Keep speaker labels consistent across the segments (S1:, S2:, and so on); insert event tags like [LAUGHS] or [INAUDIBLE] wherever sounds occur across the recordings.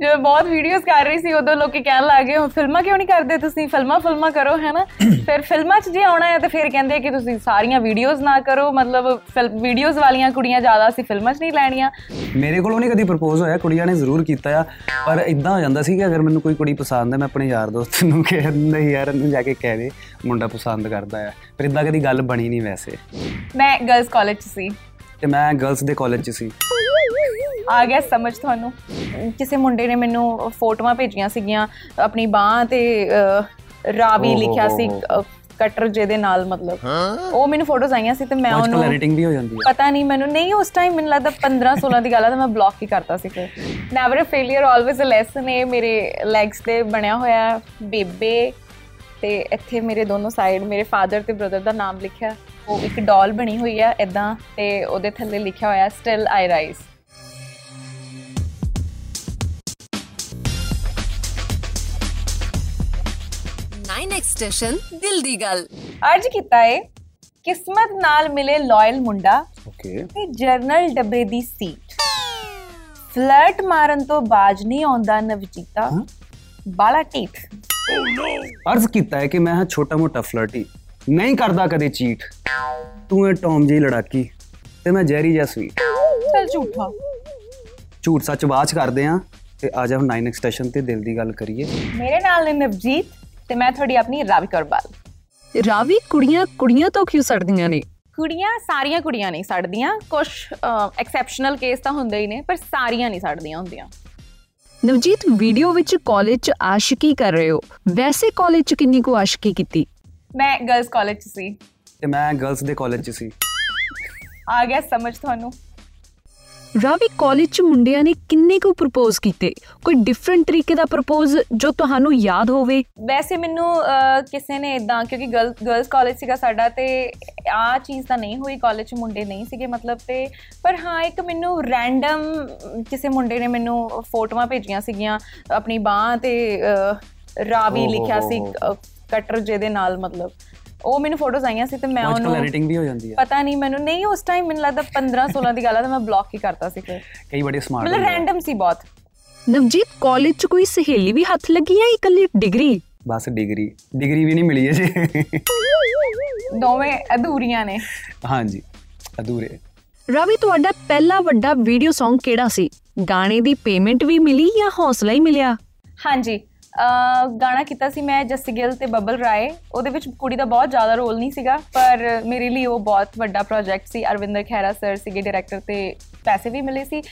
S1: ਜਦੋਂ ਬਹੁਤ ਵੀਡੀਓਜ਼ ਕਰ ਰਹੀ ਸੀ ਉਦੋਂ ਲੋਕੀ ਕਹਿਣ ਲੱਗੇ ਹੋ ਫਿਲਮਾਂ ਕਿਉਂ ਨਹੀਂ ਕਰਦੇ ਤੁਸੀਂ ਫਿਲਮਾਂ ਫਿਲਮਾਂ ਕਰੋ ਹੈਨਾ ਫਿਰ ਫਿਲਮਾਂ 'ਚ ਜੇ ਆਉਣਾ ਹੈ ਤਾਂ ਫਿਰ ਕਹਿੰਦੇ ਕਿ ਤੁਸੀਂ ਸਾਰੀਆਂ ਵੀਡੀਓਜ਼ ਨਾ ਕਰੋ ਮਤਲਬ ਵੀਡੀਓਜ਼ ਵਾਲੀਆਂ ਕੁੜੀਆਂ ਜ਼ਿਆਦਾ ਅਸੀਂ ਫਿਲਮਾਂ 'ਚ ਨਹੀਂ ਲੈਣੀਆਂ
S2: ਮੇਰੇ ਕੋਲੋਂ ਨਹੀਂ ਕਦੀ ਪ੍ਰਪੋਜ਼ ਹੋਇਆ ਕੁੜੀਆਂ ਨੇ ਜ਼ਰੂਰ ਕੀਤਾ ਆ ਪਰ ਇਦਾਂ ਹੋ ਜਾਂਦਾ ਸੀ ਕਿ ਅਗਰ ਮੈਨੂੰ ਕੋਈ ਕੁੜੀ ਪਸੰਦ ਹੈ ਮੈਂ ਆਪਣੇ ਯਾਰ ਦੋਸਤ ਨੂੰ ਕਹਿ ਦਿੰਦਾ ਸੀ, ਯਾਰ ਇਹਨੂੰ ਜਾ ਕੇ ਕਹਿ ਦੇ ਮੁੰਡਾ ਪਸੰਦ ਕਰਦਾ ਆ ਪਰ ਇਦਾਂ ਕਦੀ ਗੱਲ ਬਣੀ ਨਹੀਂ ਵੈਸੇ
S1: ਮੈਂ ਗਰਲਸ ਕਾਲਜ 'ਚ ਸੀ
S2: ਤੇ ਮੈਂ ਗਰਲਸ ਦੇ ਕਾਲਜ 'ਚ ਸੀ
S1: ਆ ਗਿਆ ਸਮਝ ਤੁਹਾਨੂੰ ਕਿਸੇ ਮੁੰਡੇ ਨੇ ਮੈਨੂੰ ਫੋਟੋਆਂ ਭੇਜੀਆਂ ਸੀਗੀਆਂ ਆਪਣੀ ਬਾਹ ਤੇ ਅਹ, ਰਾਵੀ
S2: ਓਹੋ
S1: ਲਿਖਿਆ ਸੀ
S2: ਹੋ
S1: ਅਹ, ਕਟਰ ਜਿਹਦੇ ਨਾਲ ਮਤਲਬ ਉਹ ਮੈਨੂੰ ਫੋਟੋਜ਼ ਆਈਆਂ ਸੀ ਤੇ ਮੈਂ
S2: ਅੱਜਕੱਲ
S1: ਉਹਨੂੰ
S2: ਐਡੀਟਿੰਗ ਵੀ ਹੋ ਜਾਂਦੀ
S1: ਪਤਾ ਨਹੀਂ ਮੈਨੂੰ ਨਹੀਂ ਉਸ ਟਾਈਮ ਮੈਨੂੰ ਲੱਗਦਾ 15 16 ਦੀ ਗੱਲ ਆ ਤਾਂ ਮੈਂ ਬਲੌਕ ਹੀ ਕਰਤਾ ਸੀ ਫਿਰ never a failure always a lesson ਇਹ ਮੇਰੇ ਲੈਗਸ ਤੇ ਬਣਿਆ ਹੋਇਆ ਬੇਬੇ ਤੇ ਇੱਥੇ ਮੇਰੇ ਦੋਨੋਂ ਸਾਈਡ ਮੇਰੇ ਫਾਦਰ ਤੇ ਬ੍ਰਦਰ ਦਾ ਨਾਮ ਲਿਖਿਆ ਉਹ ਇੱਕ ਡਾਲ ਬਣੀ ਹੋਈ ਆ ਇਦਾਂ ਤੇ ਉਹਦੇ ਥੱਲੇ ਲਿਖਿਆ ਹੋਇਆ still I rise
S3: nine extension ਦਿਲ ਦੀ ਗੱਲ
S1: ਅੱਜ ਕੀਤਾ ਏ ਕਿਸਮਤ ਨਾਲ ਮਿਲੇ ਲਾਇਲ ਮੁੰਡਾ
S2: ਆ ਓਕੇ
S1: ਤੇ ਜਰਨਲ ਡੱਬੇ ਦੀ ਸੀਟ ਫਲਰਟ ਮਾਰਨ ਤੋਂ ਬਾਜ ਨਹੀਂ ਆਉਂਦਾ ਨਵਜੀਤਾ
S2: ਹਾਂ?
S1: ਬਾਲਾ ਟੀਟ
S2: ਅਰਜ਼ ਕੀਤਾ ਹੈ ਕਿ ਮੈਂ ਹਾਂ ਛੋਟਾ ਮੋਟਾ ਫਲਰਟੀ ਨਹੀਂ ਕਰਦਾ ਕਦੇ ਚੀਟ ਤੂੰ ਐ ਟੌਮ ਜਿਹੀ ਲੜਾਕੀ ਤੇ ਮੈਂ ਜੈਰੀ ਜਿਹਾ ਸਵੀਟ
S1: ਚਲ ਝੂਠਾ
S2: ਝੂਠ ਸੱਚ ਬਾਅਦ 'ਚ ਕਰਦੇ ਆ ਤੇ ਆ ਜਾ ਹੁਣ 9 ਐਕਸਟੈਸ਼ਨ ਤੇ ਦਿਲ ਦੀ ਗੱਲ ਕਰੀਏ
S1: ਮੇਰੇ ਨਾਲ ਨੇ ਨਵਜੀਤ ਤੇ ਮੈਂ ਤੁਹਾਡੀ ਆਪਣੀ ਰਾਵੀ ਕਰਬਾਲ
S3: ਰਾਵੀ ਕੁੜੀਆਂ ਕੁੜੀਆਂ ਤੋਂ ਕਿਉਂ ਸੜਦੀਆਂ ਨੇ
S1: ਕੁੜੀਆਂ ਸਾਰੀਆਂ ਕੁੜੀਆਂ ਨਹੀਂ ਸੜਦੀਆਂ ਕੁਝ ਐਕਸੈਪਸ਼ਨਲ ਕੇਸ ਤਾਂ ਹੁੰਦੇ ਹੀ ਨੇ ਪਰ ਸਾਰੀਆਂ ਨਹੀਂ ਸੜਦੀਆਂ ਹੁੰਦੀਆਂ
S3: ਨਵਜੀਤ ਵੀਡੀਓ ਵਿੱਚ ਕਾਲਜ ਚ ਆਸ਼ਿਕੀ ਕਰ ਰਹੇ ਹੋ ਵੈਸੇ ਕਾਲਜ ਚ ਕਿੰਨੀ ਕੁ ਆਸ਼ਿਕੀ ਕੀਤੀ
S1: ਮੈਂ ਗਰਲਸ ਕਾਲਜ 'ਚ ਸੀ
S2: ਤੇ ਮੈਂ ਗਰਲਸ ਦੇ ਕਾਲਜ 'ਚ ਸੀ
S1: ਆ ਗਿਆ ਸਮਝ ਤੁਹਾਨੂੰ
S3: ਰਾਵੀ ਕਾਲਜ ਚ ਮੁੰਡਿਆਂ ਨੇ ਕਿੰਨੇ ਕੁ ਪ੍ਰਪੋਜ਼ ਕੀਤੇ ਕੋਈ ਡਿਫਰੈਂਟ ਤਰੀਕੇ ਦਾ ਪ੍ਰਪੋਜ਼ ਜੋ ਤੁਹਾਨੂੰ ਯਾਦ ਹੋਵੇ
S1: ਵੈਸੇ ਮੈਨੂੰ ਅਹ, ਕਿਸੇ ਨੇ ਇਦਾਂ ਕਿਉਂਕਿ ਗਰਲਸ ਕਾਲਜ ਸੀਗਾ ਸਾਡਾ ਤੇ ਆ ਚੀਜ਼ ਤਾਂ ਨਹੀਂ ਹੋਈ ਕਾਲਜ 'ਚ ਮੁੰਡੇ ਨਹੀਂ ਸੀਗੇ ਮਤਲਬ ਤੇ ਪਰ ਹਾਂ ਇੱਕ ਮੈਨੂੰ ਰੈਂਡਮ ਕਿਸੇ ਮੁੰਡੇ ਨੇ ਮੈਨੂੰ ਫੋਟੋਆਂ ਭੇਜੀਆਂ ਸੀਗੀਆਂ ਆਪਣੀ ਬਾਹ ਤੇ ਅਹ, ਰਾਵੀ
S2: ਓਹ ਹੋ
S1: ਲਿਖਿਆ
S2: ਹੋ
S1: ਸੀ
S2: ਹੋ।
S1: ਅਹ, ਕਟਰ ਜਿਹਦੇ ਨਾਲ ਮਤਲਬ ਉਹ ਮੈਨੂੰ ਫੋਟੋਜ਼ ਆਈਆਂ ਸੀ ਤੇ ਮੈਂ
S2: ਅੱਜਕੱਲ
S1: ਉਹਨੂੰ
S2: ਐਡੀਟਿੰਗ ਵੀ ਹੋ ਜਾਂਦੀ ਹੈ
S1: ਪਤਾ ਨਹੀਂ ਮੈਨੂੰ ਨਹੀਂ ਉਸ ਟਾਈਮ ਮੈਨੂੰ ਲੱਗਦਾ 15 16 ਦੀ ਗੱਲ ਆ ਤਾਂ ਮੈਂ ਬਲੌਕ ਹੀ ਕਰਤਾ ਸੀ ਫਿਰ
S2: ਕਈ ਬੜੇ ਸਮਾਰਟ
S1: ਮਤਲਬ ਰੈਂਡਮ ਸੀ ਬਹੁਤ
S3: ਨਵਜੀਤ ਕਾਲਜ ਚ ਕੋਈ ਸਹੇਲੀ ਵੀ ਹੱਥ ਲੱਗੀ ਹੈ ਇਕੱਲੀ ਡਿਗਰੀ
S2: ਬਸ ਡਿਗਰੀ ਡਿਗਰੀ ਵੀ ਨਹੀਂ ਮਿਲੀ ਹੈ ਜੀ
S1: ਦੋਵੇਂ ਅਧੂਰੀਆਂ ਨੇ
S2: ਹਾਂਜੀ ਅਧੂਰੇ
S3: ਰਾਵੀ ਤੁਹਾਡਾ ਪਹਿਲਾ ਵੱਡਾ ਵੀਡੀਓ Song ਕਿਹੜਾ ਸੀ ਗਾਣੇ ਦੀ ਪੇਮੈਂਟ ਵੀ ਮਿਲੀ ਜਾਂ ਹੌਸਲਾ ਹੀ ਮਿਲਿਆ
S1: ਹਾਂਜੀ ਅਹ ਗਾਣਾ ਕੀਤਾ ਸੀ ਮੈਂ ਜੱਸੀ ਗਿੱਲ ਤੇ ਬੱਬਲ ਰਾਏ ਉਹਦੇ ਵਿੱਚ ਕੁੜੀ ਦਾ ਬਹੁਤ ਜ਼ਿਆਦਾ ਰੋਲ ਨਹੀਂ ਸੀਗਾ ਪਰ ਮੇਰੇ ਲਈ ਉਹ ਬਹੁਤ ਵੱਡਾ ਪ੍ਰੋਜੈਕਟ ਸੀ ਅਰਵਿੰਦਰ ਖਹਿਰਾ ਸਰ ਸੀਗੇ ਡਾਇਰੈਕਟਰ ਤੇ ਪੈਸੇ ਵੀ ਮਿਲੇ ਸੀ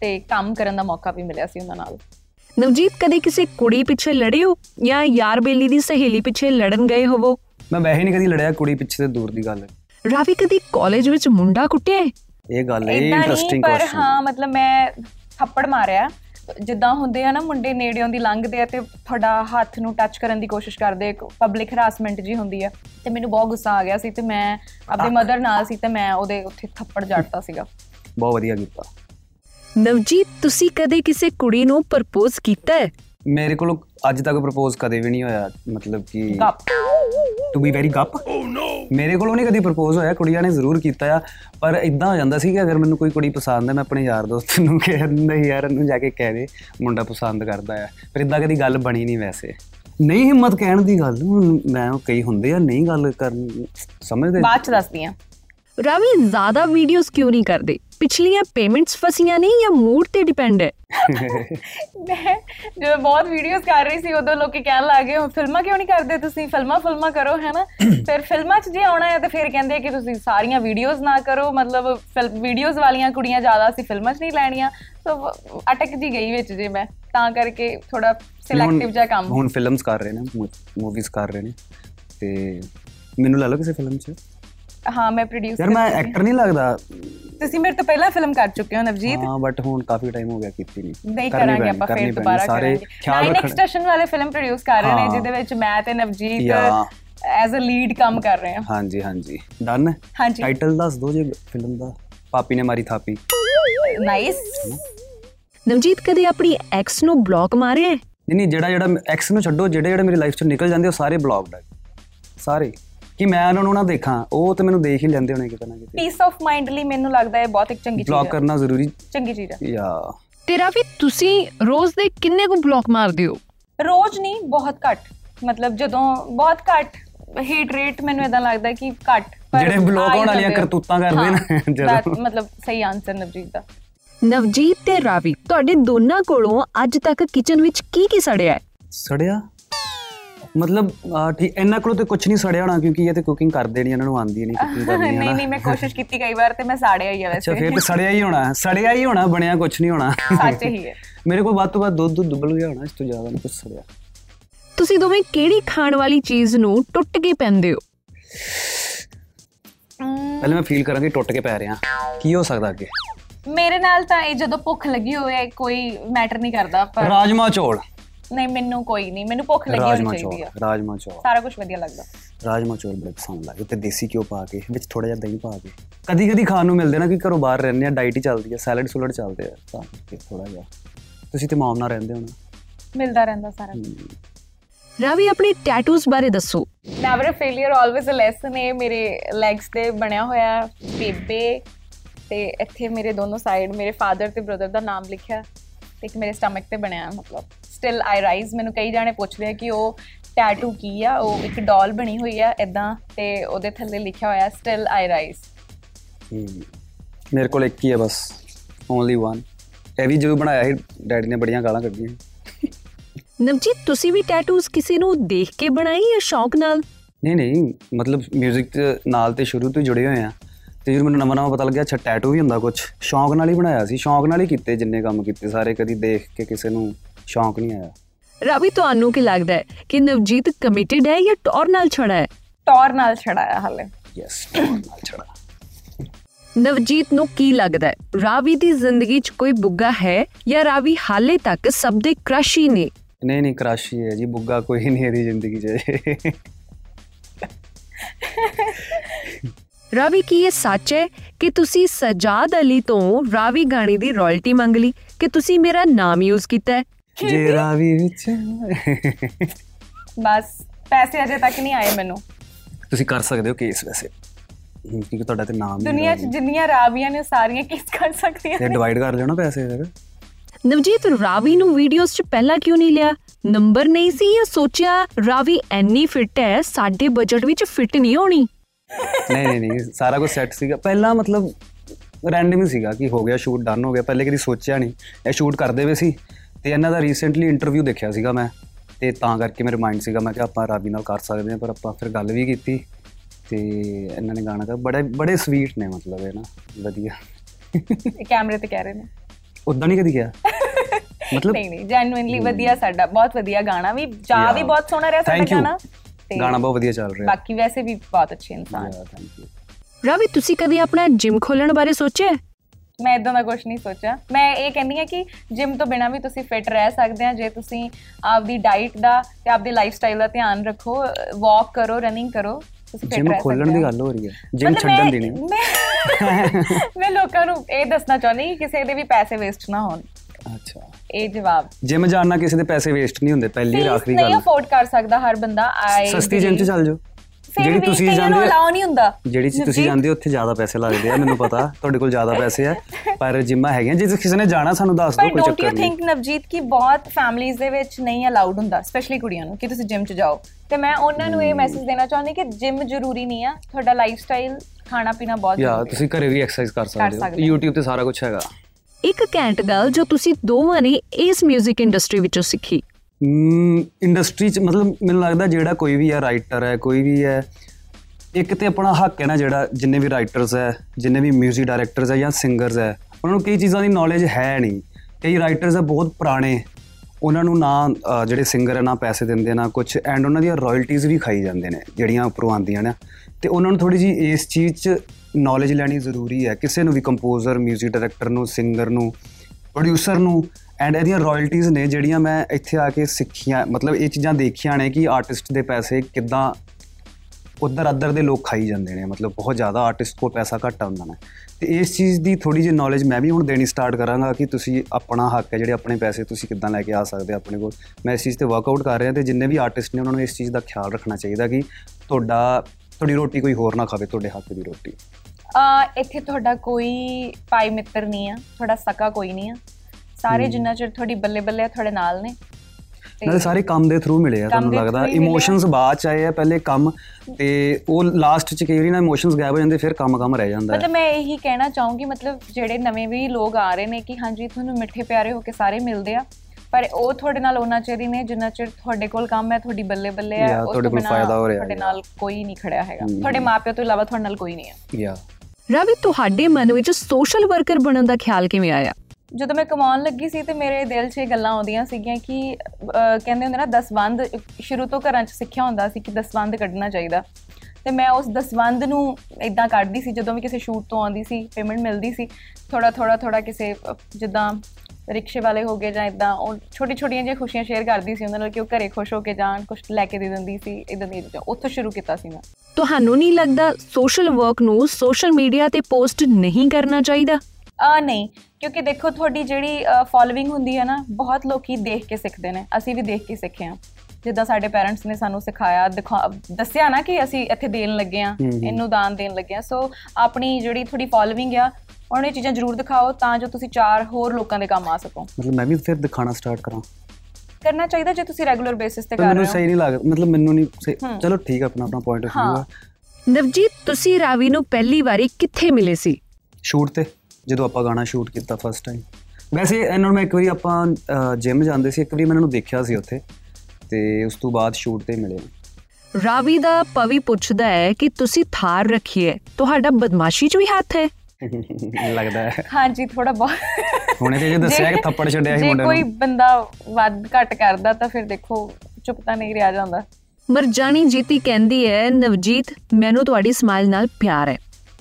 S1: ਤੇ ਕੰਮ ਕਰਨ ਦਾ ਮੌਕਾ ਵੀ ਮਿਲਿਆ ਸੀ ਉਹਨਾਂ ਨਾਲ
S3: ਨਵਜੀਤ ਕਦੇ ਕਿਸੇ ਕੁੜੀ ਪਿੱਛੇ ਲੜੇ ਹੋ ਜਾਂ ਯਾਰ ਬੇਲੀ ਦੀ ਸਹੇਲੀ ਪਿੱਛੇ ਲੜਨ ਗਏ ਹੋਵੋ
S2: ਮੈਂ ਵੈਸੇ ਨਹੀਂ ਕਦੀ ਲੜਿਆ ਕੁੜੀ ਪਿੱਛੇ ਤੇ ਦੂਰ ਦੀ ਗੱਲ ਹੈ।
S3: ਰਾਵੀ ਕਦੀ ਕਾਲਜ ਵਿੱਚ ਮੁੰਡਾ ਕੁੱਟਿਆ ਹੈ?
S2: ਇਹ ਗੱਲ ਹੈ
S1: ਏਦਾਂ ਨਹੀਂ
S2: ਇੰਟਰਸਟਿੰਗ
S1: ਪਰ
S2: ਕੁਐਸਚਨ
S1: ਹਾਂ ਮਤਲਬ ਮੈਂ ਥੱਪੜ ਮਾਰਿਆ ਜਿੱਦਾਂ ਹੁੰਦੇ ਆ ਨਾ ਮੁੰਡੇ ਨੇੜਿਓਂ ਦੀ ਲੰਘਦੇ ਆ ਤੇ ਤੁਹਾਡਾ ਹੱਥ ਨੂੰ ਟੱਚ ਕਰਨ ਦੀ ਕੋਸ਼ਿਸ਼ ਕਰਦੇ ਪਬਲਿਕ ਹਰਾਸਮੈਂਟ ਜੀ ਹੁੰਦੀ ਆ ਤੇ ਮੈਨੂੰ ਬਹੁਤ ਗੁੱਸਾ ਆ ਗਿਆ ਸੀ ਤੇ ਮੈਂ ਆਪਣੀ ਮਦਰ ਨਾਲ ਸੀ ਤੇ ਮੈਂ ਉਹਦੇ ਉੱਥੇ ਥੱਪੜ ਜੜਤਾ ਸੀਗਾ
S2: ਬਹੁਤ ਵਧੀਆ ਕੀਤਾ
S3: ਨਵਜੀਤ ਤੁਸੀਂ ਕਦੇ ਕਿਸੇ ਕੁੜੀ ਨੂੰ ਪ੍ਰਪੋਜ਼ ਕੀਤਾ ਹੈ
S2: ਮੇਰੇ ਕੋਲ ਅੱਜ ਤੱਕ ਪ੍ਰਪੋਜ਼ ਕਦੇ ਵੀ ਨਹੀਂ ਹੋਇਆ ਮਤਲਬ ਕਿ
S1: ਗੱਪ
S2: ਟੂ ਬੀ ਵੈਰੀ ਗੱਪ ਮੇਰੇ ਕੋਲੋਂ ਨਹੀਂ ਕਦੀ ਪ੍ਰਪੋਜ਼ ਹੋਇਆ ਕੁੜੀਆਂ ਨੇ ਜ਼ਰੂਰ ਕੀਤਾ ਆ ਪਰ ਇਦਾਂ ਹੋ ਜਾਂਦਾ ਸੀ ਕਿ ਅਗਰ ਮੈਨੂੰ ਕੋਈ ਕੁੜੀ ਪਸੰਦ ਹੈ ਮੈਂ ਆਪਣੇ ਯਾਰ ਦੋਸਤ ਨੂੰ ਕਹਿ ਦਿੰਦਾ ਸੀ, ਯਾਰ ਇਹਨੂੰ ਜਾ ਕੇ ਕਹਿ ਦੇ ਮੁੰਡਾ ਪਸੰਦ ਕਰਦਾ ਆ ਪਰ ਇਦਾਂ ਕਦੀ ਗੱਲ ਬਣੀ ਨਹੀਂ ਵੈਸੇ ਨਹੀਂ ਹਿੰਮਤ ਕਹਿਣ ਦੀ ਗੱਲ ਹੁਣ ਮੈਂ ਉਹ ਕਈ ਹੁੰਦੇ ਆ ਨਹੀਂ ਗੱਲ ਕਰਨ ਸਮਝਦੇ
S1: ਬਾਅਦ ਚ ਦੱਸਦੀ ਆ
S3: ਰਾਵੀ ਜ਼ਿਆਦਾ ਵੀਡੀਓਜ਼ ਕਿਉਂ ਨਹੀਂ ਕਰਦੇ ਪਿਛਲੀਆਂ ਪੇਮੈਂਟਸ ਫਸੀਆਂ ਨਹੀਂ ਜਾਂ ਮੂਡ ਤੇ ਡਿਪੈਂਡ ਹੈ
S1: ਮੈਂ ਜਦੋਂ ਬਹੁਤ ਵੀਡੀਓਜ਼ ਕਰ ਰਹੀ ਸੀ ਉਦੋਂ ਲੋਕੀ ਕਹਿਣ ਲੱਗੇ ਹੋ ਫਿਲਮਾਂ ਕਿਉਂ ਨਹੀਂ ਕਰਦੇ ਤੁਸੀਂ ਫਿਲਮਾਂ ਫਿਲਮਾਂ ਕਰੋ ਹੈਨਾ ਫਿਰ ਫਿਲਮਾਂ 'ਚ ਜੇ ਆਉਣਾ ਹੈ ਤਾਂ ਫਿਰ ਕਹਿੰਦੇ ਆ ਕਿ ਤੁਸੀਂ ਸਾਰੀਆਂ ਵੀਡੀਓਜ਼ ਨਾ ਕਰੋ ਮਤਲਬ ਵੀਡੀਓਜ਼ ਵਾਲੀਆਂ ਕੁੜੀਆਂ ਜ਼ਿਆਦਾ ਅਸੀਂ ਫਿਲਮਾਂ 'ਚ ਨਹੀਂ ਲੈਣੀਆਂ ਸੋ ਅਟਕ ਜੀ ਗਈ ਵਿੱਚ ਜੇ ਮੈਂ ਤਾਂ ਕਰਕੇ ਥੋੜਾ ਸਿਲੈਕਟਿਵ ਜਿਹਾ ਕੰਮ
S2: ਹੁਣ ਫਿਲਮਸ ਕਰ ਰਹੇ ਨੇ ਮੂਵੀਜ਼ ਕਰ ਰਹੇ ਨੇ ਤੇ ਮੈਨੂੰ ਲਾ ਲਓ ਕਿਸੇ ਫਿਲਮ 'ਚ
S1: ਹਾਂ ਮੈਂ ਪ੍ਰੋਡਿਊਸ
S2: ਯਾਰ ਮੈਂ ਐਕਟਰ ਨਹੀਂ ਲੱਗਦਾ
S1: ਤੁਸੀਂ ਮੇਰੇ ਤੋਂ ਪਹਿਲਾਂ ਫਿਲਮ ਕਰ ਚੁੱਕੇ ਹੋ ਨਵਜੀਤ
S2: ਹਾਂ ਬਟ ਹੁਣ ਕਾਫੀ ਟਾਈਮ ਹੋ ਗਿਆ ਕੀਤੀ ਨਹੀਂ
S1: ਨਹੀਂ
S2: ਕਰਨੀ
S1: ਕਰਾਂਗੇ
S2: ਪੈਣੀ,
S1: ਆਪਾਂ ਫਿਰ
S2: ਕਰਨੀ ਪੈਣੀ,
S1: ਦੁਬਾਰਾ
S2: ਸਾਰੇ
S1: ਕਰਾਂਗੇ
S2: ਖਿਆਲ
S1: ਨਾਈਨ
S2: ਰੱਖਣਾ
S1: ਐਕਸਟੈਸ਼ਨ ਵਾਲੇ ਫਿਲਮ ਪ੍ਰੋਡਿਊਸ ਕਰ ਰਹੇ ਨੇ
S2: ਹਾਂ।
S1: ਜਿਹਦੇ ਵਿੱਚ ਮੈਂ ਤੇ ਨਵਜੀਤ
S2: ਯਾ।
S1: ਐਜ਼ ਅ ਲੀਡ ਕੰਮ ਕਰ ਰਹੇ ਹਾਂ
S2: ਹਾਂਜੀ ਹਾਂਜੀ ਡਨ
S1: ਹਾਂਜੀ
S2: ਟਾਈਟਲ ਦੱਸ ਦੋ ਜੇ ਫਿਲਮ ਦਾ ਪਾਪੀ ਨੇ ਮਾਰੀ ਥਾਪੀ
S1: ਨਾਈਸ
S3: ਨਵਜੀਤ ਕਦੇ ਆਪਣੀ ਐਕਸ ਨੂੰ ਬਲੌਕ ਮਾਰਿਆ ਹੈ?
S2: ਨਹੀਂ ਨਹੀਂ ਜਿਹੜਾ ਜਿਹੜਾ ਐਕਸ ਨੂੰ ਛੱਡੋ ਜਿਹੜੇ ਜਿਹੜੇ ਮੇਰੀ ਲਾਈਫ ਚੋਂ ਨਿਕਲ ਜਾਂਦੇ ਉਹ ਸਾਰੇ ਬਲੌਕਡ ਹੈ ਸਾਰੇ ਕਿ ਮੈਂ ਉਹਨਾਂ ਨੂੰ ਨਾ ਦੇਖਾਂ ਉਹ ਤੇ ਮੈਨੂੰ ਦੇਖ ਹੀ ਲੈਂਦੇ ਹੋਣੇ ਕਿਤੇ ਨਾ ਕਿਤੇ
S1: ਪੀਸ ਆਫ ਮਾਈਂਡ ਲਈ ਮੈਨੂੰ ਲੱਗਦਾ ਹੈ ਬਹੁਤ ਇੱਕ ਚੰਗੀ ਚੀਜ਼
S2: ਬਲੌਕ
S1: ਹੈ
S2: ਕਰਨਾ ਜ਼ਰੂਰੀ
S1: ਚੰਗੀ ਚੀਜ਼ ਹੈ
S2: ਯਾ
S3: ਤੇ ਰਾਵੀ ਤੁਸੀਂ ਰੋਜ਼ ਦੇ ਕਿੰਨੇ ਕੁ ਬਲੌਕ ਮਾਰਦੇ ਹੋ
S1: ਰੋਜ਼ ਨਹੀਂ ਬਹੁਤ ਘੱਟ ਮਤਲਬ ਜਦੋਂ ਬਹੁਤ ਘੱਟ ਹੀਟ ਰੇਟ ਮੈਨੂੰ ਇਦਾਂ ਲੱਗਦਾ ਕਿ ਘੱਟ
S2: ਜਿਹੜੇ block
S1: ਆ ਹੀ
S2: ਹੋਣ ਵਾਲੀਆਂ
S1: ਜਾਂਦੇ ਆ।
S2: ਕਰਤੂਤਾਂ ਕਰਦੇ
S1: ਹਾਂ,
S2: [LAUGHS] ਨਾ, ਜਦੋਂ।
S1: हाँ, that- मतलब ਮਤਲਬ ਸਹੀ ਆਨਸਰ ਨਵਜੀਤ ਦਾ
S3: ਨਵਜੀਤ ਤੇ ਰਾਵੀ ਤੁਹਾਡੇ ਦੋਨਾਂ ਕੋਲੋਂ ਅੱਜ ਤੱਕ ਕਿਚਨ ਵਿੱਚ ਕੀ ਕੀ ਸੜਿਆ ਹੈ
S2: ਸੜਿਆ ਮਤਲਬ ਅਹ, ਠੀਕ ਇਹਨਾਂ ਕੋਲੋਂ ਤੇ ਕੁਝ ਨਹੀਂ ਸੜਿਆ ਹੋਣਾ ਕਿਉਂਕਿ ਇਹ ਤੇ ਕੁਕਿੰਗ ਕਰਦੇ ਨਹੀਂ ਇਹਨਾਂ ਨੂੰ ਆਉਂਦੀ ਨਹੀਂ ਕੁਕਿੰਗ
S1: [LAUGHS]
S2: ਕਰਨੀ
S1: ਨਹੀਂ
S2: ਹਨਾ।
S1: ਨਹੀਂ ਮੈਂ ਕੋਸ਼ਿਸ਼ ਕੀਤੀ ਕਈ ਵਾਰ ਤੇ ਮੈਂ ਸਾੜਿਆ ਹੀ ਆ
S2: ਅੱਛਾ
S1: ਵੈਸੇ
S2: ਫਿਰ ਤੇ ਸੜਿਆ ਹੀ ਹੋਣਾ ਸੜਿਆ ਹੀ ਹੋਣਾ ਬਣਿਆ ਕੁਝ ਨਹੀਂ ਹੋਣਾ
S1: ਸੱਚ ਹੀ ਹੈ
S2: ਮੇਰੇ ਕੋਲ ਵੱਧ ਤੋਂ ਵੱਧ ਦੁੱਧ ਦੁੱਧ ਦੁੱਬਲ ਗਿਆ ਹੋਣਾ ਇਸ ਤੋਂ ਜ਼ਿਆਦਾ ਨਹੀਂ ਕੁਝ ਸੜਿਆ
S3: ਤੁਸੀਂ ਦੋਵੇਂ ਕਿਹੜੀ ਖਾਣ ਵਾਲੀ ਚੀਜ਼ ਨੂੰ ਟੁੱਟ ਕੇ ਪੈਂਦੇ ਹੋ
S1: ਅਮ,
S2: ਪਹਿਲੇ ਮੈਂ ਫੀਲ ਕਰਾਂਗੀ ਟੁੱਟ ਕੇ ਪੈ ਰਿਹਾ ਕੀ ਹੋ ਸਕਦਾ ਅੱਗੇ
S1: ਮੇਰੇ ਨਾਲ ਤਾਂ ਇਹ ਜਦੋਂ ਭੁੱਖ ਲੱਗੀ ਹੋਵੇ ਇਹ ਕੋਈ ਮੈਟਰ ਨਹੀਂ ਕਰਦਾ ਪਰ
S2: ਰਾਜਮਾ ਚੌਲ
S1: ਨਹੀਂ ਮੈਨੂੰ ਕੋਈ ਨਹੀਂ ਮੈਨੂੰ ਭੁੱਖ ਲੱਗੀ
S2: ਰਾਜਮਾ
S1: ਹੋਣੀ ਚਾਹੀਦੀ
S2: ਚੌਲ
S1: ਆ
S2: ਰਾਜਮਾ ਚੌਲ
S1: ਸਾਰਾ ਕੁਝ ਵਧੀਆ ਲੱਗਦਾ
S2: ਰਾਜਮਾ ਚੌਲ ਬੜੇ ਪਸੰਦ ਲੱਗੇ ਤੇ ਦੇਸੀ ਘਿਓ ਪਾ ਕੇ ਵਿੱਚ ਥੋੜਾ ਜਿਹਾ ਦਹੀਂ ਪਾ ਕੇ ਕਦੀ ਕਦੀ ਖਾਣ ਨੂੰ ਮਿਲਦੇ ਨਾ ਕਿ ਘਰੋਂ ਬਾਹਰ ਰਹਿੰਦੇ ਆ ਡਾਈਟ ਹੀ ਚੱਲਦੀ ਆ ਸੈਲਡ ਸੁਲਡ ਚੱਲਦੇ ਆ ਤਾਂ ਕਰਕੇ ਥੋੜਾ ਜਿਹਾ ਤੁਸੀਂ ਤੇ ਮਾਮ ਨਾਲ ਰਹਿੰਦੇ ਹੋ ਨਾ
S1: ਮਿਲਦਾ ਰਹਿੰਦਾ ਸਾਰਾ ਕੁਛ।
S3: ਰਾਵੀ ਆਪਣੇ ਟੈਟੂਜ਼ ਬਾਰੇ ਦੱਸੋ
S1: never failure always a lesson ਹੈ ਮੇਰੇ ਲੈਗਸ ਤੇ ਬਣਿਆ ਹੋਇਆ ਬੇਬੇ ਤੇ ਇੱਥੇ ਮੇਰੇ ਦੋਨੋਂ ਸਾਈਡ ਮੇਰੇ ਫਾਦਰ ਤੇ ਬ੍ਰਦਰ ਦਾ ਨਾਮ ਲਿਖਿਆ ਤੇ ਇੱਕ ਮੇਰੇ ਸਟਮਕ ਤੇ ਬਣਿਆ ਹੈ, ਮਤਲਬ ਸਟਿਲ ਆਈ ਰਾਈਜ਼ ਮੈਨੂੰ ਕਈ ਜਾਣੇ ਪੁੱਛਦੇ ਆ ਕਿ ਉਹ ਟੈਟੂ ਕੀ ਆ ਉਹ ਇੱਕ ਡਾਲ ਬਣੀ ਹੋਈ ਆ ਇਦਾਂ ਤੇ ਉਹਦੇ ਥੱਲੇ ਲਿਖਿਆ ਹੋਇਆ ਸਟਿਲ ਆਈ ਰਾਈਜ਼
S2: ਹਮ, ਮੇਰੇ ਕੋਲ ਇੱਕ ਹੀ ਹੈ ਬਸ ਓਨਲੀ ਵਨ ਇਹ ਵੀ ਜਦੋਂ ਬਣਾਇਆ ਸੀ ਡੈਡੀ ਨੇ ਬੜੀਆਂ ਗਾਲਾਂ ਕੱਢੀਆਂ
S3: ਨਵਜੀਤ ਤੁਸੀਂ ਵੀ ਟੈਟੂਜ਼ ਕਿਸੇ ਨੂੰ ਦੇਖ ਕੇ ਬਣਾਏ ਜਾਂ ਸ਼ੌਂਕ ਨਾਲ
S2: ਨਹੀਂ ਨਹੀਂ ਮਤਲਬ 뮤직 ਨਾਲ ਤੇ ਸ਼ੁਰੂ ਤੋਂ ਹੀ ਜੁੜੇ ਹੋਏ ਆ ਤੇ ਜਦੋਂ ਮੈਨੂੰ ਨਵਾਂ ਨਵਾਂ ਪਤਾ ਲੱਗਿਆ ਅੱਛਾ ਟੈਟੂ ਵੀ ਹੁੰਦਾ ਕੁਝ ਸ਼ੌਂਕ ਨਾਲ ਹੀ ਬਣਾਇਆ ਸੀ ਸ਼ੌਂਕ ਨਾਲ ਹੀ ਕੀਤੇ ਜਿੰਨੇ ਕੰਮ ਕੀਤੇ ਸਾਰੇ ਕਦੀ ਦੇਖ ਕੇ ਕਿਸੇ ਨੂੰ ਸ਼ੌਂਕ ਨਹੀਂ ਆਇਆ
S3: ਰਾਵੀ ਤੁਹਾਨੂੰ ਕੀ ਲੱਗਦਾ ਹੈ ਕਿ ਨਵਜੀਤ ਕਮਿਟਿਡ ਹੈ ਜਾਂ ਟੌਰ ਨਾਲ ਛੜਾ ਹੈ
S1: ਟੌਰ ਨਾਲ ਛੜਾਇਆ ਹਾਲੇ
S2: ਯੈਸ ਨਾਲ ਛੜਾ
S3: ਨਵਜੀਤ ਨੂੰ ਕੀ ਲੱਗਦਾ ਹੈ ਰਾਵੀ ਦੀ ਜ਼ਿੰਦਗੀ 'ਚ ਕੋਈ ਬੁੱਗਾ ਹੈ ਜਾਂ ਰਾਵੀ ਹਾਲੇ ਤੱਕ ਸਭ ਦੇ crush ਹੀ ਨੇ
S2: ਨਹੀਂ ਨਹੀਂ ਕ੍ਰਸ਼ ਹੀ ਹੈ ਜੀ ਬੁੱਗਾ ਕੋਈ ਨਹੀਂ ਇਹਦੀ ਜ਼ਿੰਦਗੀ 'ਚ
S3: ਰਾਵੀ ਕੀ ਇਹ ਸੱਚ ਹੈ ਕਿ ਤੁਸੀਂ ਸਜਾਦ ਅਲੀ ਤੋਂ ਰਾਵੀ ਗਾਣੇ ਦੀ ਰਾਇਲਟੀ ਮੰਗ ਲਈ ਕਿ ਤੁਸੀਂ ਮੇਰਾ ਨਾਮ ਯੂਜ਼ ਕੀਤਾ ਹੈ
S2: ਜੇ ਰਾਵੀ ਵਿੱਚ
S1: ਬਸ ਪੈਸੇ ਅਜੇ ਤੱਕ ਨਹੀਂ ਆਏ ਮੈਨੂੰ
S2: ਤੁਸੀਂ ਕਰ ਸਕਦੇ ਹੋ ਕੇਸ ਵੈਸੇ ਹਮ, ਕਿਉਂਕਿ ਤੁਹਾਡਾ ਤੇ ਨਾਮ ਹੀ
S1: ਦੁਨੀਆ 'ਚ ਜਿੰਨੀਆਂ ਰਾਵੀਆਂ ਨੇ ਸਾਰੀਆਂ ਕਿਸ ਕਰ ਸਕਦੀਆਂ
S2: ਤੇ ਡਿਵਾਈਡ ਕਰ ਲਿਓ ਨਾ ਪੈਸੇ ਫਿਰ
S3: ਨਵਜੀਤ ਰਾਵੀ ਨੂੰ ਵੀਡੀਓਜ਼ 'ਚ ਪਹਿਲਾਂ ਕਿਉਂ ਨਹੀਂ ਲਿਆ ਨੰਬਰ ਨਹੀਂ ਸੀ ਜਾਂ ਸੋਚਿਆ ਰਾਵੀ ਐਨੀ ਫਿੱਟ ਹੈ ਸਾਡੇ ਬਜਟ ਵਿੱਚ ਫਿੱਟ ਨਹੀਂ ਹੋਣੀ
S2: ਨਹੀਂ ਨਹੀਂ ਨਹੀਂ ਸਾਰਾ ਕੁਝ ਸੈੱਟ ਸੀਗਾ ਪਹਿਲਾਂ ਮਤਲਬ ਰੈਂਡਮ ਹੀ ਸੀਗਾ ਕਿ ਹੋ ਗਿਆ ਸ਼ੂਟ ਡਨ ਹੋ ਗਿਆ ਪਹਿਲੇ ਕਦੀ ਸੋਚਿਆ ਨਹੀਂ ਇਹ ਸ਼ੂਟ ਕਰਦੇ ਵੇ ਸੀ ਤੇ ਇਹਨਾਂ ਦਾ ਰੀਸੈਂਟਲੀ ਇੰਟਰਵਿਊ ਦੇਖਿਆ ਸੀਗਾ ਮੈਂ ਤੇ ਤਾਂ ਕਰਕੇ ਮੇਰੇ ਮਾਈਂਡ ਸੀਗਾ ਮੈਂ ਕਿ ਆਪਾਂ ਰਾਵੀ ਨਾਲ ਕਰ ਸਕਦੇ ਹਾਂ ਪਰ ਆਪਾਂ ਫਿਰ ਗੱਲ ਵੀ ਕੀਤੀ ਤੇ ਇਹਨਾਂ ਨੇ ਗਾਣਾ ਕਰ ਬੜੇ ਬੜੇ ਸਵੀਟ ਨੇ ਮਤਲਬ ਇਹ ਨਾ ਵਧੀਆ
S1: ਇਹ ਕੈਮਰੇ ਤੇ ਕਹਿ ਰਹੇ ਨੇ
S2: ਉਦਾਂ ਨਹੀਂ ਕਦੀ ਗਿਆ ਮਤਲਬ
S1: ਨਹੀਂ ਨਹੀਂ ਜੈਨੂਇਨਲੀ ਵਧੀਆ ਸਾਡਾ ਬਹੁਤ ਵਧੀਆ ਗਾਣਾ ਵੀ ਜਾ ਵੀ
S2: Yeah.
S1: ਬਹੁਤ ਸੋਹਣਾ ਰਿਹਾ ਸਾਡਾ
S2: Thank you.
S1: ਗਾਣਾ ਤੇ
S2: ਗਾਣਾ ਬਹੁਤ ਵਧੀਆ ਚੱਲ ਰਿਹਾ
S1: ਬਾਕੀ ਵੈਸੇ ਵੀ ਬਹੁਤ ਅੱਛੇ ਇਨਸਾਨ
S2: ਥੈਂਕ ਯੂ
S3: ਰਾਵੀ ਤੁਸੀਂ ਕਦੀ ਆਪਣਾ ਜਿਮ ਖੋਲਣ ਬਾਰੇ ਸੋਚਿਆ ਹੈ?
S1: ਮੈਂ ਇਦਾਂ ਦਾ ਕੁਝ ਨਹੀਂ ਸੋਚਿਆ ਮੈਂ ਇਹ ਕਹਿੰਦੀ ਹਾਂ ਕਿ ਜਿਮ ਤੋਂ ਬਿਨਾ ਵੀ ਤੁਸੀਂ ਫਿਟ ਰਹਿ ਸਕਦੇ ਆ ਜੇ ਤੁਸੀਂ ਆਪਦੀ ਡਾਈਟ ਦਾ ਤੇ ਆਪਦੀ ਲਾਈਫਸਟਾਈਲ ਦਾ ਧਿਆਨ ਰੱਖੋ ਵਾਕ ਕਰੋ ਰਨਿੰਗ ਕਰੋ ਤੁਸੀਂ fit
S2: ਜਿਮ
S1: ਰਹਿ
S2: ਖੋਲਣ
S1: ਸਕਦੇ ਹੋ।
S2: ਦੀ ਗੱਲ ਹੋ ਰਹੀ ਹੈ ਜਿਮ
S1: ਮਤਲਬ
S2: ਛੱਡਣ
S1: ਮੈਂ-
S2: ਦੀ ਨਹੀਂ
S1: ਮੈਂ
S2: [LAUGHS]
S1: ਮੈਂ ਲੋਕਾਂ ਨੂੰ ਇਹ ਦੱਸਣਾ ਚਾਹੁੰਦੀ ਕਿ ਕਿਸੇ ਦੇ ਵੀ ਪੈਸੇ ਵੇਸਟ ਨਾ ਹੋਣ
S2: ਅੱਛਾ
S1: ਇਹ ਜਵਾਬ
S2: ਜਿਮ ਜਾਣ ਨਾਲ ਕਿਸੇ ਦੇ ਪੈਸੇ ਵੇਸਟ ਨਹੀਂ ਹੁੰਦੇ ਪਹਿਲੀ
S1: Fees
S2: ਆਖਰੀ
S1: ਨਹੀਂ
S2: ਗੱਲ
S1: ਅਫੋਰਡ ਕਰ ਸਕਦਾ ਹਰ ਬੰਦਾ ਆਏ
S2: ਸਸਤੀ ਜਿਮ ਚ ਚੱਲ ਜਾਓ
S1: ਜਿਹੜੀ ਤੁਸੀਂ ਜਾਂਦੇ
S2: ਹੋ-
S1: ਹੋ ਨਹੀਂ ਹੁੰਦਾ
S2: ਜਿਹੜੀ ਚ ਤੁਸੀਂ
S1: ਨਵਜੀਤ,
S2: ਜਾਂਦੇ ਹੋ ਉੱਥੇ ਜ਼ਿਆਦਾ ਪੈਸੇ ਲੱਗਦੇ ਆ ਮੈਨੂੰ ਪਤਾ ਤੁਹਾਡੇ ਕੋਲ ਜ਼ਿਆਦਾ
S1: [LAUGHS]
S2: ਪੈਸੇ ਆ ਪਰ ਜਿੰਮਾ ਹੈਗੀਆਂ ਜੇ ਕਿਸੇ ਨੇ ਜਾਣਾ ਸਾਨੂੰ ਦੱਸ ਦਿਓ
S1: ਪਰ
S2: ਕੋਈ
S1: ਡੋਨਟ ਯੂ
S2: ਚੱਕਰ ਨਹੀਂ
S1: ਥਿੰਕ ਨਵਜੀਤ ਕਿ ਬਹੁਤ ਫੈਮਲੀਆਂ ਦੇ ਵਿੱਚ ਨਹੀਂ ਅਲਾਉਡ ਹੁੰਦਾ ਸਪੈਸ਼ਲੀ ਕੁੜੀਆਂ ਨੂੰ ਕਿ ਤੁਸੀਂ ਜਿਮ 'ਚ ਜਾਓ ਤੇ ਮੈਂ ਉਹਨਾਂ ਨੂੰ ਇਹ ਮੈਸੇਜ ਦੇਣਾ ਚਾਹੁੰਦੀ ਕਿ ਜਿਮ ਜ਼ਰੂਰੀ ਨਹੀਂ ਆ ਤੁਹਾਡਾ ਲਾਈਫਸਟਾਈਲ ਖਾਣਾ ਪੀਣਾ ਬਹੁਤ
S2: ਯਾ
S1: ਜ਼ਰੂਰੀ ਹੈ
S2: ਤੁਸੀਂ ਘਰੇ ਵੀ ਐਕਸਰਸਾਈਜ਼ ਕਰ ਸਕਦੇ
S1: ਸਕਦੇ
S2: ਹੋ YouTube ਤੇ ਸਾਰਾ ਕੁਝ ਹੈਗਾ
S3: ਇੱਕ ਘੈਂਟ ਗੱਲ ਜੋ ਤੁਸੀਂ ਦੋਵਾਂ ਨੇ ਇਸ 뮤직 ਇੰਡਸਟਰੀ ਵਿੱਚੋਂ ਸਿੱਖੀ
S2: ਇੰਡਸਟਰੀ ਚ ਮਤਲਬ ਮੈਨੂੰ ਲੱਗਦਾ ਜਿਹੜਾ ਕੋਈ ਵੀ ਆ ਰਾਈਟਰ ਹੈ ਕੋਈ ਵੀ ਹੈ ਇੱਕ ਤੇ ਆਪਣਾ ਹੱਕ ਹੈ ਨਾ ਜਿਹੜਾ ਜਿੰਨੇ ਵੀ ਰਾਈਟਰਸ ਹੈ ਜਿੰਨੇ ਵੀ 뮤직 ਡਾਇਰੈਕਟਰਸ ਹੈ ਜਾਂ ਸਿੰਗਰਸ ਹੈ ਉਹਨਾਂ ਨੂੰ ਕਈ ਚੀਜ਼ਾਂ ਦੀ ਨੌਲੇਜ ਹੈ ਨਹੀਂ ਕਈ ਰਾਈਟਰਸ ਹੈ ਬਹੁਤ ਪੁਰਾਣੇ ਉਹਨਾਂ ਨੂੰ ਨਾ ਅ, ਜਿਹੜੇ ਸਿੰਗਰ ਹੈ ਨਾ ਪੈਸੇ ਦਿੰਦੇ ਨਾ ਕੁਝ ਐਂਡ ਉਹਨਾਂ ਦੀਆਂ ਰਾਇਲਟੀਜ਼ ਵੀ ਖਾਈ ਜਾਂਦੇ ਨੇ ਜਿਹੜੀਆਂ ਉੱਪਰੋਂ ਆਉਂਦੀਆਂ ਨੇ ਤੇ ਉਹਨਾਂ ਨੂੰ ਥੋੜੀ ਜੀ ਇਸ ਚੀਜ਼ 'ਚ ਨੌਲੇਜ ਲੈਣੀ ਜ਼ਰੂਰੀ ਹੈ ਕਿਸੇ ਨੂੰ ਵੀ ਕੰਪੋਜ਼ਰ 뮤직 ਡਾਇਰੈਕਟਰ ਨੂੰ ਸਿੰਗਰ ਨੂੰ ਪ੍ਰੋਡਿਊਸਰ ਨੂੰ ਐਂਡ ਇਹਦੀਆਂ ਰਾਇਲਟੀਜ਼ ਨੇ ਜਿਹੜੀਆਂ ਮੈਂ ਇੱਥੇ ਆ ਕੇ ਸਿੱਖੀਆਂ ਮਤਲਬ ਇਹ ਚੀਜ਼ਾਂ ਦੇਖੀਆਂ ਨੇ ਕਿ ਆਰਟਿਸਟ ਦੇ ਪੈਸੇ ਕਿੱਦਾਂ ਉਧਰ ਅਦਰ ਦੇ ਲੋਕ ਖਾਈ ਜਾਂਦੇ ਨੇ ਮਤਲਬ ਬਹੁਤ ਜ਼ਿਆਦਾ ਆਰਟਿਸਟ ਕੋਲ ਪੈਸਾ ਘੱਟ ਆਉਂਦਾ ਨਾ ਤੇ ਇਸ ਚੀਜ਼ ਦੀ ਥੋੜੀ ਜਿਹੀ ਨੌਲੇਜ ਮੈਂ ਵੀ ਹੁਣ ਦੇਣੀ ਸਟਾਰਟ ਕਰਾਂਗਾ ਕਿ ਤੁਸੀਂ ਆਪਣਾ ਹੱਕ ਹੈ ਜਿਹੜੇ ਆਪਣੇ ਪੈਸੇ ਤੁਸੀਂ ਕਿੱਦਾਂ ਲੈ ਕੇ ਆ ਸਕਦੇ ਹੋ ਆਪਣੇ ਕੋਲ ਮੈਂ ਇਸ ਚੀਜ਼ ਤੇ ਵਰਕਆਊਟ ਕਰ ਰਿਹਾ ਤੇ ਜਿੰਨੇ ਵੀ ਆਰਟਿਸਟ ਨੇ ਉਹਨਾਂ ਨੂੰ ਇਸ ਚੀਜ਼ ਦਾ ਖਿਆਲ ਰੱਖਣਾ ਚਾਹੀਦਾ ਕਿ ਤੁਹਾਡਾ ਤੁਹਾਡੀ ਰੋਟੀ ਕੋਈ ਹੋਰ ਨਾ ਖਾਵੇ ਤੁਹਾਡੇ ਹੱਕ ਦੀ ਰੋਟੀ
S1: ਅਹ, ਇੱਥੇ ਤੁਹਾਡਾ ਕੋਈ ਭਾਈ ਮਿੱਤਰ ਨਹੀਂ ਆ ਤੁਹਾਡਾ ਸਕਾ ਕੋਈ ਨਹੀਂ ਆ ਸਾਰੇ ਜਿੰਨਾ ਚਿਰ ਤੁਹਾਡੀ ਬੱਲੇ ਬੱਲੇ ਆ ਤੁਹਾਡੇ ਨਾਲ ਨੇ ਤੇ-
S2: ਨਾਲੇ ਸਾਰੇ ਕੰਮ ਦੇ ਥਰੂ ਮਿਲੇ ਆ
S1: ਕੰਮ
S2: ਤੁਹਾਨੂੰ
S1: ਦੇ
S2: ਲੱਗਦਾ
S1: through ਹੀ ਮਿਲੇ ਆ।
S2: ਇਮੋਸ਼ਨਸ ਬਾਅਦ ਚ ਆਏ ਆ ਪਹਿਲੇ ਕੰਮ ਤੇ ਉਹ ਲਾਸਟ ਚ ਕਈ ਵਾਰੀ ਨਾ ਇਮੋਸ਼ਨਸ ਗਾਇਬ ਹੋ ਜਾਂਦੇ ਫਿਰ ਕੰਮ ਕੰਮ ਰਹਿ ਜਾਂਦਾ ਹੈ
S1: ਮਤਲਬ ਮੈਂ ਇਹੀ ਕਹਿਣਾ ਚਾਹੂੰਗੀ ਮਤਲਬ ਜਿਹੜੇ ਨਵੇਂ ਵੀ ਲੋਕ ਆ ਰਹੇ ਨੇ ਕਿ ਹਾਂਜੀ ਤੁਹਾਨੂੰ ਮਿੱਠੇ ਪਿਆਰੇ ਹੋ ਕੇ ਸਾਰੇ ਮਿਲਦੇ ਆ ਪਰ ਉਹ ਤੁਹਾਡੇ ਨਾਲ ਉਹਨਾਂ ਚਿਰ ਹੀ ਨੇ ਜਿੰਨਾ ਚਿਰ ਤੁਹਾਡੇ ਕੋਲ ਕੰਮ ਹੈ ਤੁਹਾਡੀ ਬੱਲੇ ਬੱਲੇ
S2: ਯਾ,
S1: ਹੈ ਉਸ
S2: ਤੁਹਾਡੇ
S1: ਤੋਂ
S2: ਕੋਲ
S1: ਬਿਨਾਂ
S2: ਫਾਇਦਾ ਹੋ ਰਿਹਾ
S1: ਤੁਹਾਡੇ
S2: ਯਾ।
S1: ਨਾਲ ਕੋਈ ਨਹੀਂ ਖੜਿਆ ਹੈਗਾ
S2: ਹਮ।
S1: ਤੁਹਾਡੇ ਮਾਪਿਆਂ ਤੋਂ ਇਲਾਵਾ ਤੁਹਾਡੇ ਨਾਲ ਕੋਈ ਨਹੀਂ ਹੈ
S2: ਯਾ
S3: ਰਾਵੀ ਤੁਹਾਡੇ ਮਨ ਵਿੱਚ ਸੋਸ਼ਲ ਵਰਕਰ ਬਣਨ ਦਾ ਖਿਆਲ ਕਿਵੇਂ ਆਇਆ
S1: ਜਦੋਂ ਮੈਂ ਕਮਾਉਣ ਲੱਗੀ ਸੀ ਤੇ ਮੇਰੇ ਦਿਲ 'ਚ ਇਹ ਗੱਲਾਂ ਆਉਂਦੀਆਂ ਸੀਗੀਆਂ ਕਿ ਅਹ, ਕਹਿੰਦੇ ਹੁੰਦੇ ਨਾ ਦਸਵੰਦ ਸ਼ੁਰੂ ਤੋਂ ਘਰਾਂ 'ਚ ਸਿੱਖਿਆ ਹੁੰਦਾ ਸੀ ਕਿ ਦਸਵੰਦ ਕੱਢਣਾ ਚਾਹੀਦਾ ਤੇ ਮੈਂ ਉਸ ਦਸਵੰਦ ਨੂੰ ਇਦਾਂ ਕੱਢਦੀ ਸੀ ਜਦੋਂ ਵੀ ਕਿਸੇ ਸ਼ੂਟ ਤੋਂ ਆਉਂਦੀ ਸੀ ਪੇਮੈਂਟ ਮਿਲਦੀ ਸੀ ਥੋੜਾ ਥੋੜਾ ਥੋੜਾ ਕਿਸੇ ਅਹ, ਜਿੱਦਾਂ ਰਿਕਸ਼ੇ ਵਾਲੇ ਹੋ ਗਏ ਜਾਂ ਇਦਾਂ ਉਹ ਛੋਟੀ ਛੋਟੀਆਂ ਜਿਹੀਆਂ ਖੁਸ਼ੀਆਂ ਸ਼ੇਅਰ ਕਰਦੀ ਸੀ ਉਹਨਾਂ ਨਾਲ ਕਿ ਉਹ ਘਰੇ ਖੁਸ਼ ਹੋ ਕੇ ਜਾਣ ਕੁਝ ਲੈ ਕੇ ਦੇ ਦਿੰਦੀ ਸੀ ਇਦਾਂ ਦੀ ਚੀਜ਼ਾਂ। ਉੱਥੋਂ ਸ਼ੁਰੂ ਕੀਤਾ ਸੀ ਮੈਂ
S3: ਤੁਹਾਨੂੰ ਨਹੀਂ ਲੱਗਦਾ ਸੋਸ਼ਲ ਵਰਕ ਨੂੰ ਸੋਸ਼ਲ ਮੀਡੀਆ ਤੇ ਪੋਸਟ ਨਹੀਂ ਕਰਨਾ ਚਾਹੀਦਾ
S1: ਆ ਨਹੀਂ ਕਿਉਂਕਿ ਦੇਖੋ ਤੁਹਾਡੀ ਜਿਹੜੀ ਫਾਲੋਇੰਗ ਹੁੰਦੀ ਹੈ ਨਾ ਬਹੁਤ ਲੋਕੀ ਦੇਖ ਕੇ ਸਿੱਖਦੇ ਨੇ ਅਸੀਂ ਵੀ ਦੇਖ ਕੇ ਸਿੱਖੇ ਹਾਂ ਜਿੱਦਾਂ ਸਾਡੇ ਪੇਰੈਂਟਸ ਨੇ ਸਾਨੂੰ ਸਿਖਾਇਆ ਦਿਖਾ ਦੱਸਿਆ ਨਾ ਕਿ ਅਸੀਂ ਇੱਥੇ ਦੇਣ ਲੱਗੇ ਆ
S2: ਹਮ ਹਮ।
S1: ਇਹਨੂੰ ਦਾਨ ਦੇਣ ਲੱਗੇ ਆ ਸੋ ਆਪਣੀ ਜਿਹੜੀ ਤੁਹਾਡੀ ਫਾਲੋਇੰਗ ਆ ਉਹਨਾਂ ਇਹ ਚੀਜ਼ਾਂ ਜ਼ਰੂਰ ਦਿਖਾਓ ਤਾਂ ਜੋ ਤੁਸੀਂ ਚਾਰ ਹੋਰ ਲੋਕਾਂ ਦੇ ਕੰਮ ਆ ਸਕੋ
S2: ਮਤਲਬ ਮੈਂ ਵੀ ਫਿਰ ਦਿਖਾਣਾ ਸਟਾਰਟ ਕਰਾਂ
S1: ਕਰਨਾ ਚਾਹੀਦਾ ਜੇ ਤੁਸੀਂ ਰੈਗੂਲਰ ਬੇਸਿਸ ਤੇ
S2: ਪਰ
S1: ਕਰ
S2: ਮੈਨੂੰ
S1: ਰਹੇ ਹੋ
S2: ਸਹੀ ਨਹੀਂ ਲੱਗ ਮਤਲਬ ਮੈਨੂੰ ਨਹੀਂ ਸਹੀ
S1: ਹਮ।
S2: ਚਲੋ ਠੀਕ ਆ, ਆਪਣਾ ਆਪਣਾ ਪੁਆਇੰਟ ਆਫ
S1: ਹਾਂ।
S2: ਆ
S3: ਨਵਜੀਤ ਤੁਸੀਂ ਰਾਵੀ ਨੂੰ ਪਹਿਲੀ ਵਾਰੀ ਕਿੱਥੇ ਮਿਲੇ ਸੀ
S2: ਸ਼ੂਟ ਤੇ ਜਦੋਂ ਆਪਾਂ ਗਾਣਾ ਸ਼ੂਟ ਕੀਤਾ ਫਸਟ ਟਾਈਮ ਵੈਸੇ ਇਹਨਾਂ ਨੂੰ ਮੈਂ ਇੱਕ ਵਾਰੀ ਆਪਾਂ ਜਿਮ ਜਾਂਦੇ ਸੀ ਇੱਕ ਵਾਰੀ ਮੈਂ ਇਹਨਾਂ ਨੂੰ ਦੇਖਿਆ ਸੀ ਉੱਥੇ ਤੇ ਉਸ ਤੋਂ ਬਾਅਦ ਸ਼ੂਟ ਤੇ ਮਿਲੇ
S3: ਰਾਵੀ ਦਾ ਪਵੀ ਪੁੱਛਦਾ ਹੈ ਕਿ ਤੁਸੀਂ ਥਾਰ ਰੱਖੀ ਹੈ ਤੁਹਾਡਾ ਬਦਮਾਸ਼ੀ 'ਚ ਵੀ ਹੱਥ ਹੈ
S2: ਲੱਗਦਾ ਹੈ
S1: ਹਾਂਜੀ ਥੋੜਾ ਬਹੁਤ
S2: ਹੁਣੇ ਤੇ ਜੇ ਦੱਸਿਆ ਕਿ ਥੱਪੜ ਛੱਡਿਆ ਸੀ
S1: ਜੇ
S2: ਮੁੰਡੇ
S1: ਕੋਈ
S2: ਨੂੰ
S1: ਬੰਦਾ ਵੱਧ ਘੱਟ ਕਰਦਾ ਤਾਂ ਫਿਰ ਦੇਖੋ ਚੁੱਪ ਤਾਂ ਨਹੀਂ ਰਿਹਾ ਜਾਂਦਾ
S3: ਮਰਜਾਨੀ ਜੀਤੀ ਕਹਿੰਦੀ ਹੈ ਨਵਜੀਤ ਮੈਨੂੰ ਤੁਹਾਡੀ ਸਮਾਈਲ ਨਾਲ ਪਿਆਰ ਹੈ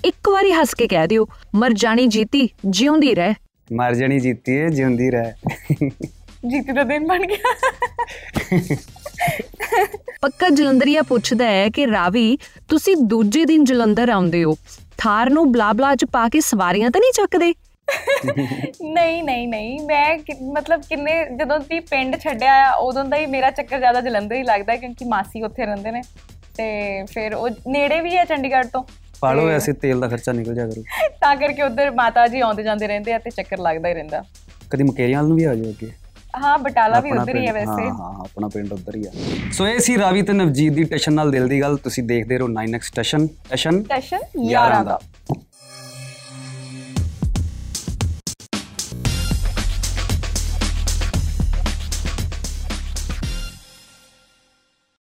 S3: ਇੱਕ ਵਾਰੀ ਹੱਸ ਕੇ ਕਹਿ ਦਿਓ ਮਰਜਾਨੀ ਜੀਤੀ ਜਿਉਂਦੀ ਰਹਿ
S2: ਮਰ ਜਣੀ ਜੀਤੀ ਏ ਜਿਉਂਦੀ ਰਹਿ
S1: ਜੀਤੀ ਦਾ ਦਿਨ ਬਣ ਗਿਆ
S3: ਪੱਕਾ ਜਲੰਧਰੀਆ ਪੁੱਛਦਾ ਹੈ ਕਿ ਰਾਵੀ ਤੁਸੀਂ ਦੂਜੇ ਦਿਨ ਜਲੰਧਰ ਆਉਂਦੇ ਹੋ ਥਾਰ ਨੂੰ ਬਲਾਬਲਾ ਚ ਪਾ ਕੇ ਸਵਾਰੀਆਂ ਤਾਂ ਨਹੀਂ ਚੱਕਦੇ
S1: ਨਹੀਂ ਨਹੀਂ ਨਹੀਂ ਮੈਂ ਕਿ- ਮਤਲਬ ਕਿੰਨੇ ਜਦੋਂ ਦੀ ਪਿੰਡ ਛੱਡਿਆ ਆ ਉਦੋਂ ਦਾ ਹੀ ਮੇਰਾ ਚੱਕਰ ਜ਼ਿਆਦਾ ਜਲੰਧਰ ਹੀ ਲੱਗਦਾ ਹੈ ਕਿਉਂਕਿ ਮਾਸੀ ਉੱਥੇ ਰਹਿੰਦੇ ਨੇ ਤੇ ਫਿਰ ਉਹ ਨੇੜੇ ਵੀ ਹੈ ਚੰਡੀਗੜ੍ਹ ਤੋਂ
S2: ਪਾਲੋ
S1: ਤੇ
S2: ਐਸੇ ਤੇਲ ਦਾ ਖਰਚਾ ਨਿਕਲ ਜਾ ਕਰੂ
S1: ਤਾਂ ਕਰਕੇ ਉੱਧਰ ਮਾਤਾ ਜੀ ਆਉਂਦੇ ਜਾਂਦੇ ਰਹਿੰਦੇ ਆ ਤੇ ਚੱਕਰ ਲੱਗਦਾ ਹੀ ਰਹਿੰਦਾ
S2: ਕਦੀ ਮਕੇਰੀਆਂ ਨੂੰ ਵੀ ਆ ਜਾਓ ਅੱਗੇ
S1: ਹਾਂ ਬਟਾਲਾ ਵੀ
S2: ਆਪਣਾ
S1: ਉੱਧਰ ਹੀ ਹੈ
S2: ਪਿੰਡ,
S1: ਵੈਸੇ
S2: ਹਾਂ ਹਾਂ ਆਪਣਾ ਪਿੰਡ ਉੱਧਰ ਹੀ ਆ ਸੋ ਇਹ ਸੀ ਰਾਵੀ ਤੇ ਨਵਜੀਤ ਦੀ ਟਸ਼ਨ ਨਾਲ ਦਿਲ ਦੀ ਗੱਲ ਤੁਸੀਂ ਦੇਖਦੇ ਰਹੋ 9x ਟਸ਼ਨ ਟਸ਼ਨ
S1: ਟਸ਼ਨ ਯਾਰਾਂ ਦਾ